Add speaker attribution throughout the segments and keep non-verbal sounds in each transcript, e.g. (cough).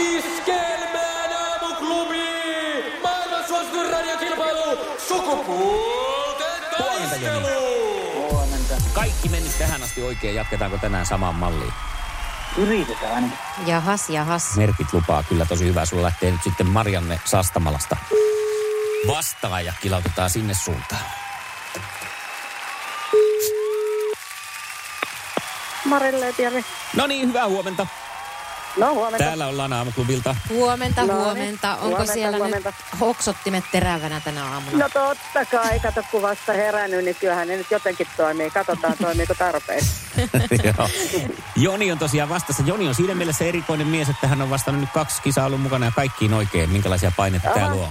Speaker 1: Iskelmään aamuklubi! Maailman suosituin radiokilpailu! Sukupuolten taistelu!
Speaker 2: Kaikki mennyt tähän asti oikein. Jatketaanko tänään samaan malliin?
Speaker 3: Yritetään ainakin.
Speaker 4: Jahas, jahas.
Speaker 2: Merkit lupaa kyllä tosi hyvää. Sulla lähtee nyt sitten Marianne Sastamalasta. Vastaaja kilautetaan sinne suuntaan.
Speaker 5: Marille ja Piari.
Speaker 2: No niin, hyvää huomenta.
Speaker 5: No huomenta.
Speaker 2: Täällä ollaan aamuklubilta.
Speaker 4: Huomenta,
Speaker 5: No niin.
Speaker 4: huomenta. Onko
Speaker 5: Huomenta,
Speaker 4: siellä
Speaker 5: huomenta.
Speaker 4: nyt hoksottimet terävänä tänä aamuna?
Speaker 5: No totta kai, kato kun vasta herännyt, niin kyllähän ne nyt jotenkin toimii. Katsotaan toimiiko tarpeen.
Speaker 2: Joo. Joni on tosiaan vastassa. Joni on siinä mielessä erikoinen mies, että hän on vastannut nyt kaksi kisaa ollut mukana ja kaikkiin oikein. Minkälaisia painetta tämä
Speaker 5: Aha.
Speaker 2: luo?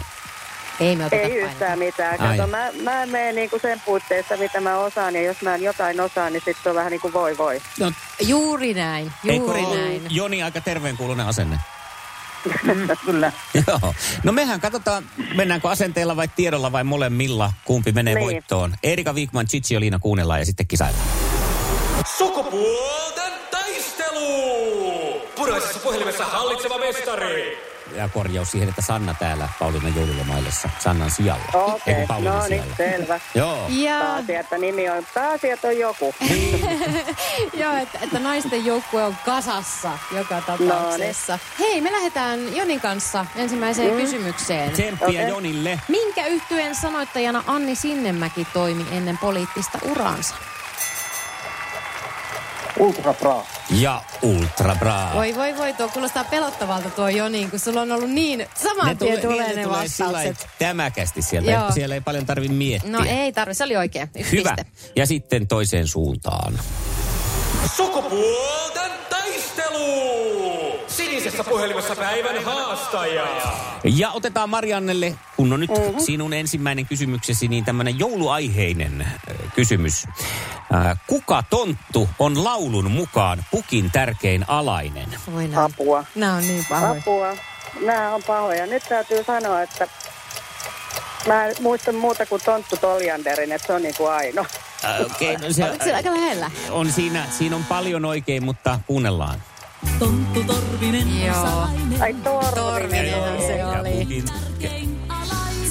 Speaker 4: Ei me oteta
Speaker 5: Ei
Speaker 4: painetta.
Speaker 5: yhtään mitään.
Speaker 2: Ai.
Speaker 5: Kato, mä, mä menen niinku sen puitteissa, mitä mä osaan, ja jos mä en jotain osaa, niin sitten on vähän niin kuin voi voi.
Speaker 2: No,
Speaker 4: Juuri näin, juuri näin.
Speaker 2: Joni aika terveenkuulunen asenne? Mm.
Speaker 5: (laughs)
Speaker 3: Kyllä.
Speaker 2: (laughs) Joo. No mehän katsotaan, mennäänkö asenteella vai tiedolla vai molemmilla, kumpi menee
Speaker 5: Niin.
Speaker 2: voittoon. Erika Wigman, Chichi ja Liina kuunnellaan ja sitten kisaillaan.
Speaker 1: Sukupuolten taistelu! Puraisessa puhelimessa hallitseva mestari!
Speaker 2: Ja korjaus siihen, että Sanna täällä Pauliina joululomaillessa, Sannan sijalla.
Speaker 5: Okei,
Speaker 2: Ei, kun Pauliina
Speaker 5: no niin,
Speaker 2: sijalla.
Speaker 5: selvä.
Speaker 2: Joo.
Speaker 4: Ja,
Speaker 5: Pääasia, että nimi on, pääasia, että on joku.
Speaker 4: joo, että, että naisten joukkue on kasassa joka
Speaker 5: niin.
Speaker 4: tapauksessa. Hei, me lähdetään Jonin kanssa ensimmäiseen
Speaker 5: Mm.
Speaker 4: kysymykseen.
Speaker 2: Tsemppiä
Speaker 5: Okei.
Speaker 2: Jonille.
Speaker 4: Minkä yhtyeen sanoittajana Anni Sinnemäki toimi ennen poliittista uraansa?
Speaker 3: Ultra bra.
Speaker 2: Ja ultra bra.
Speaker 4: Voi voi voi, tuo kuulostaa pelottavalta tuo Joni, kun sulla on ollut niin saman tien tulee ne,
Speaker 2: niin, sillai
Speaker 4: vastaukset.
Speaker 2: tämäkästi sieltä.
Speaker 4: Joo.
Speaker 2: Siellä ei paljon tarvitse miettiä.
Speaker 4: No ei tarvi, se oli oikein. Yksi
Speaker 2: Hyvä.
Speaker 4: piste.
Speaker 2: Ja sitten toiseen suuntaan.
Speaker 1: Sukupuolten taistelu! Sinisessä puhelimessa päivän haastaja!
Speaker 2: Ja otetaan Mariannelle, kun on nyt mm-hmm. sinun ensimmäinen kysymyksesi, niin tämmöinen jouluaiheinen äh, kysymys. Äh, Kuka tonttu on laulun mukaan pukin tärkein alainen?
Speaker 4: Voi näin.
Speaker 5: Apua.
Speaker 4: Nämä on niin pahoja.
Speaker 5: Apua. Nämä on pahoja. Nyt täytyy sanoa, että mä en muista muuta kuin Tonttu Toljanderin, että se on niin kuin ainoa.
Speaker 2: Äh, Okei, okay, no se
Speaker 4: Oliko se aika lähellä?
Speaker 2: äh, on siinä, siinä on paljon oikein, mutta kuunnellaan.
Speaker 6: Tonttu Torvinen on
Speaker 4: Joo.
Speaker 6: salainen.
Speaker 5: Ai Torvinen.
Speaker 4: Torvinenhan se
Speaker 2: Ja
Speaker 4: oli.
Speaker 2: pukin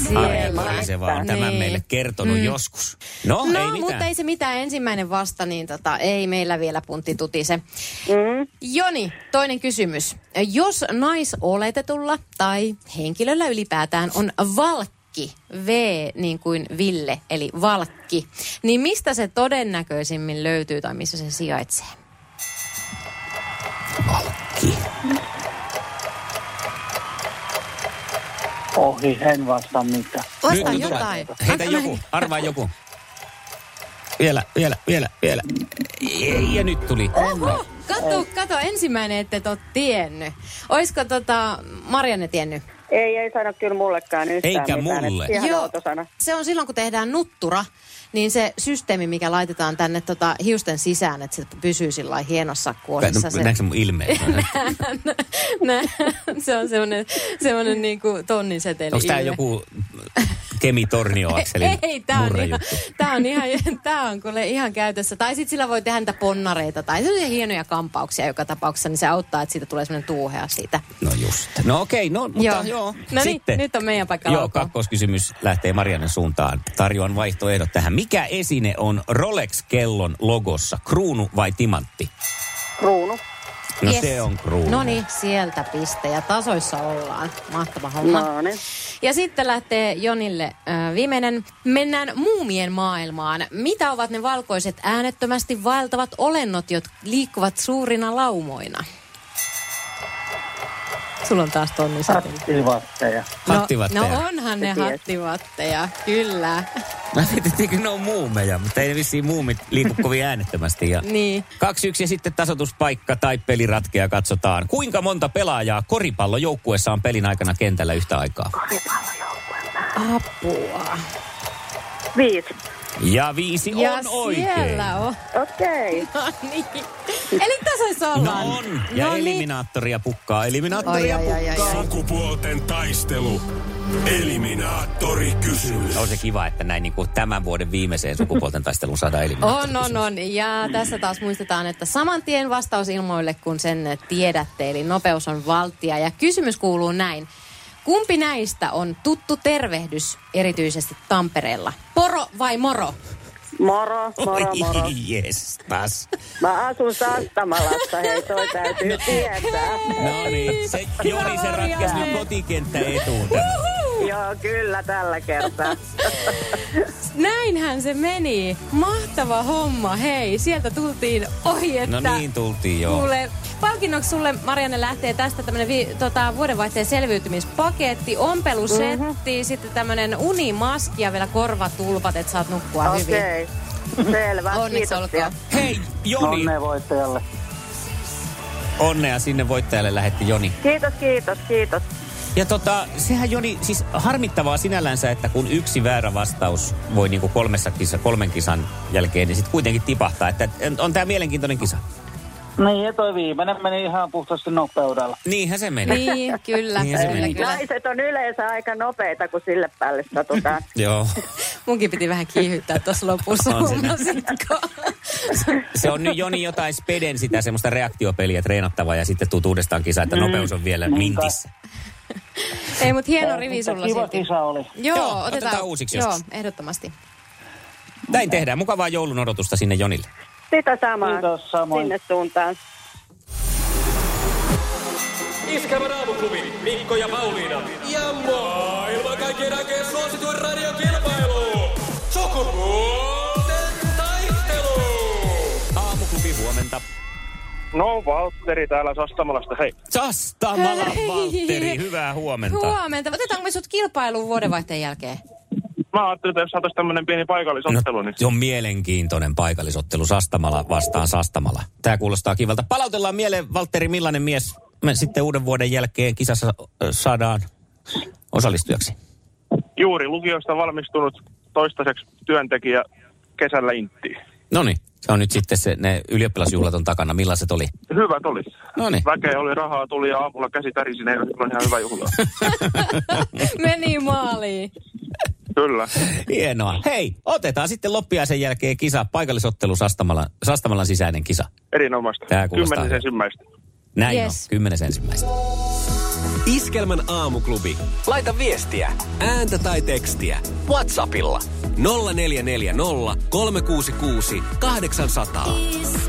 Speaker 4: Siellä.
Speaker 2: Ai, oli se vaan tämän
Speaker 4: Niin.
Speaker 2: meille kertonut joskus. No,
Speaker 4: No,
Speaker 2: ei mitään.
Speaker 4: mutta ei se mitään. Ensimmäinen vasta, niin tota, ei meillä vielä puntti tutise.
Speaker 5: Mm.
Speaker 4: Joni, toinen kysymys. Jos naisoletetulla tai henkilöllä ylipäätään on valkki, V niin kuin Ville, eli valkki, niin mistä se todennäköisimmin löytyy tai missä se sijaitsee?
Speaker 2: Valkki.
Speaker 3: Ohi, en vastaa mitään.
Speaker 4: Vastaa
Speaker 2: Nyt tulee.
Speaker 4: jotain.
Speaker 2: Heitä
Speaker 4: Anna
Speaker 2: joku,
Speaker 4: mennä.
Speaker 2: arvaa joku. Vielä, vielä, vielä, vielä. Ei, Ja nyt tuli.
Speaker 4: Oho, kato, kato, ensimmäinen, ette ole tiennyt. Olisiko tota Marianne tiennyt?
Speaker 5: Ei, ei sano kyllä mullekaan yhtään
Speaker 2: Eikä
Speaker 5: mitään.
Speaker 2: mulle.
Speaker 5: Että Ihan autosana.
Speaker 4: se on silloin, kun tehdään nuttura, niin se systeemi, mikä laitetaan tänne tota, hiusten sisään, että se pysyy sillä lailla hienossa kuosissa. Se,
Speaker 2: Näetkö mun ilmeet?
Speaker 4: (laughs) nä, se on semmoinen, semmoinen niin kuin tonnin seteli.
Speaker 2: Onko tää
Speaker 4: ilme.
Speaker 2: joku Kemi Tornio-akselin
Speaker 4: (laughs) Ei, tää on, ihan,
Speaker 2: murrejuttu?
Speaker 4: tää on, ihan, tää on kuule ihan käytössä. Tai sitten sillä voi tehdä niitä ponnareita tai sellaisia hienoja kampauksia joka tapauksessa, niin se auttaa, että siitä tulee semmoinen tuuhea siitä.
Speaker 2: No just. No okei, no mutta joo.
Speaker 4: Joo.
Speaker 2: joo.
Speaker 4: No niin,
Speaker 2: Sitten,
Speaker 4: nyt on meidän paikka
Speaker 2: Joo,
Speaker 4: alkaa.
Speaker 2: kakkoskysymys lähtee Mariannen suuntaan. Tarjoan vaihtoehdot tähän. Mikä esine on Rolex-kellon logossa? Kruunu vai timantti?
Speaker 5: Kruunu.
Speaker 2: No
Speaker 4: Yes.
Speaker 2: se on kruunu.
Speaker 4: No niin, sieltä piste ja tasoissa ollaan. Mahtava homma.
Speaker 5: No niin.
Speaker 4: Ja sitten lähtee Jonille ö, viimeinen. Mennään muumien maailmaan. Mitä ovat ne valkoiset äänettömästi vaeltavat olennot, jotka liikkuvat suurina laumoina? Sulla on taas tonni seteli.
Speaker 3: Sattivatteja.
Speaker 4: No,
Speaker 2: Hattivatteja.
Speaker 4: no onhan ne
Speaker 5: Tiedät.
Speaker 4: hattivatteja, kyllä.
Speaker 2: (laughs) Mä mietin, että eikö ne on muumeja, mutta ei ne vissiin muumit liiku kovin äänettömästi. Ja...
Speaker 4: Niin.
Speaker 2: Kaksi yksi ja sitten tasotuspaikka tai peli ratkeaa katsotaan. Kuinka monta pelaajaa koripallojoukkueessa on pelin aikana kentällä yhtä aikaa?
Speaker 4: Apua.
Speaker 5: Viisi.
Speaker 2: Ja viisi
Speaker 4: Ja
Speaker 2: on oikein. No
Speaker 4: siellä on.
Speaker 5: Okei. Okay.
Speaker 4: No niin. Eli tasoissa
Speaker 2: No
Speaker 4: ollaan.
Speaker 2: on. Ja
Speaker 4: no niin.
Speaker 2: eliminaattoria pukkaa, eliminaattoria
Speaker 4: Ai, ai, ai, ai, ai.
Speaker 2: pukkaa.
Speaker 7: Sukupuolten taistelu. Eliminaattori kysymys.
Speaker 2: On se kiva, että näin niin kuin tämän vuoden viimeiseen sukupuolten taisteluun saadaan eliminaattori.
Speaker 4: On, on, on. Ja tässä taas muistetaan, että saman tien vastaus ilmoille, kun sen tiedätte. Eli nopeus on valtia. Ja kysymys kuuluu näin. Kumpi näistä on tuttu tervehdys, erityisesti Tampereella? Poro vai moro?
Speaker 5: Moro,
Speaker 4: Oh,
Speaker 5: moro, moro.
Speaker 2: (laughs) Oi, jes, taas.
Speaker 5: Mä asun Sastamalassa, hei toi täytyy tietää.
Speaker 2: No niin, se, joo, niin se ratkaisi nyt kotikenttä etuun. No
Speaker 5: Joo, kyllä tällä kertaa.
Speaker 4: Näinhän se meni. Mahtava homma. Hei, sieltä tultiin ohi, että...
Speaker 2: No niin tultiin joo.
Speaker 4: Kuule, palkinnoksi sulle, Marianne, lähtee tästä tämmönen vi, tota, vuodenvaihteen selviytymispaketti, ompelusetti,
Speaker 2: Mhm.
Speaker 4: mm-hmm. sitten tämmönen unimaski ja vielä korvatulpat, että saat nukkua hyvin.
Speaker 5: Okei, selvä.
Speaker 4: Onneksi
Speaker 5: Kiitoksia.
Speaker 4: olkoon.
Speaker 2: Hei,
Speaker 5: No
Speaker 2: Joni.
Speaker 5: niin.
Speaker 3: Onnea voittajalle.
Speaker 2: Onnea sinne voittajalle lähetti Joni.
Speaker 5: Kiitos, kiitos, kiitos.
Speaker 2: Ja tota, sehän Joni, siis harmittavaa sinällänsä, että kun yksi väärä vastaus voi niinku kolmessa kisa, kolmen kisan jälkeen, niin sitten kuitenkin tipahtaa. Että on, on tämä mielenkiintoinen kisa.
Speaker 3: Niin, ja toi viimeinen meni ihan puhtaasti nopeudella.
Speaker 2: Niinhän se meni.
Speaker 4: Niin, kyllä,
Speaker 2: Niin se
Speaker 4: kyllä,
Speaker 2: meni.
Speaker 4: kyllä.
Speaker 5: Naiset on yleensä aika nopeita, kun sille päälle satutaan.
Speaker 2: Joo.
Speaker 4: Munkin piti vähän kiihyttää tuossa lopussa,
Speaker 2: On siinä.
Speaker 4: huomasitko?
Speaker 2: Se on nyt Joni jotain speden sitä semmoista reaktiopeliä treenattavaa ja sitten tuut uudestaan kisa, että nopeus on vielä
Speaker 3: Niinpä.
Speaker 2: mintissä.
Speaker 4: Ei, mutta hieno
Speaker 3: Tää-
Speaker 4: rivi
Speaker 3: mutta
Speaker 4: sulla
Speaker 3: Kiva
Speaker 4: silti.
Speaker 3: kisa oli.
Speaker 4: Joo,
Speaker 2: Joo,
Speaker 4: otetaan,
Speaker 2: otetaan uusiksi
Speaker 4: Joo,
Speaker 2: joskus.
Speaker 4: ehdottomasti.
Speaker 2: Näin tehdään. Mukavaa joulun odotusta sinne Jonille.
Speaker 5: Sitä samaa.
Speaker 3: Kiitos, samoin.
Speaker 5: Sinne suuntaan.
Speaker 1: Iskävä raamuklubi, Mikko ja Pauliina. Ja maailman kaikkien aikeen suosituen radiokilpailu. Sukupuolten taistelu.
Speaker 2: Aamuklubi huomenta.
Speaker 8: No, Valtteri täällä Sastamalasta, hei.
Speaker 2: Sastamala
Speaker 4: Hei.
Speaker 2: Valtteri, hyvää huomenta.
Speaker 4: Huomenta. Otetaanko me sut kilpailuun vuodenvaihteen jälkeen?
Speaker 8: Mä ajattelin, että jos saataisiin tämmönen pieni paikallisottelu, niin...
Speaker 2: se on No, mielenkiintoinen paikallisottelu Sastamala vastaan Sastamala. Tämä kuulostaa kivalta. Palautellaan mieleen, Valtteri, millainen mies me sitten uuden vuoden jälkeen kisassa ö, saadaan osallistujaksi?
Speaker 8: Juuri lukiosta valmistunut toistaiseksi työntekijä kesällä inttiin.
Speaker 2: No niin, se on nyt sitten se, ne ylioppilasjuhlat on takana. Millaiset oli?
Speaker 8: Hyvät olis.
Speaker 2: Noniin.
Speaker 8: Väkeä oli, rahaa tuli ja aamulla käsi tärisi, ne oli ihan hyvä juhla.
Speaker 2: (laughs)
Speaker 4: Meni maaliin.
Speaker 8: Kyllä.
Speaker 2: Hienoa. Hei, otetaan sitten loppiaisen jälkeen kisa, paikallisottelu Sastamalan, Sastamalan sisäinen kisa.
Speaker 8: Erinomaista.
Speaker 2: Tää kuulostaa
Speaker 8: Kymmenes ensimmäistä.
Speaker 2: Näin
Speaker 4: Yes.
Speaker 2: on, kymmenes ensimmäistä.
Speaker 7: Iskelmän aamuklubi. Laita viestiä, ääntä tai tekstiä. WhatsAppilla 0440 366 800.
Speaker 6: Iskelmä.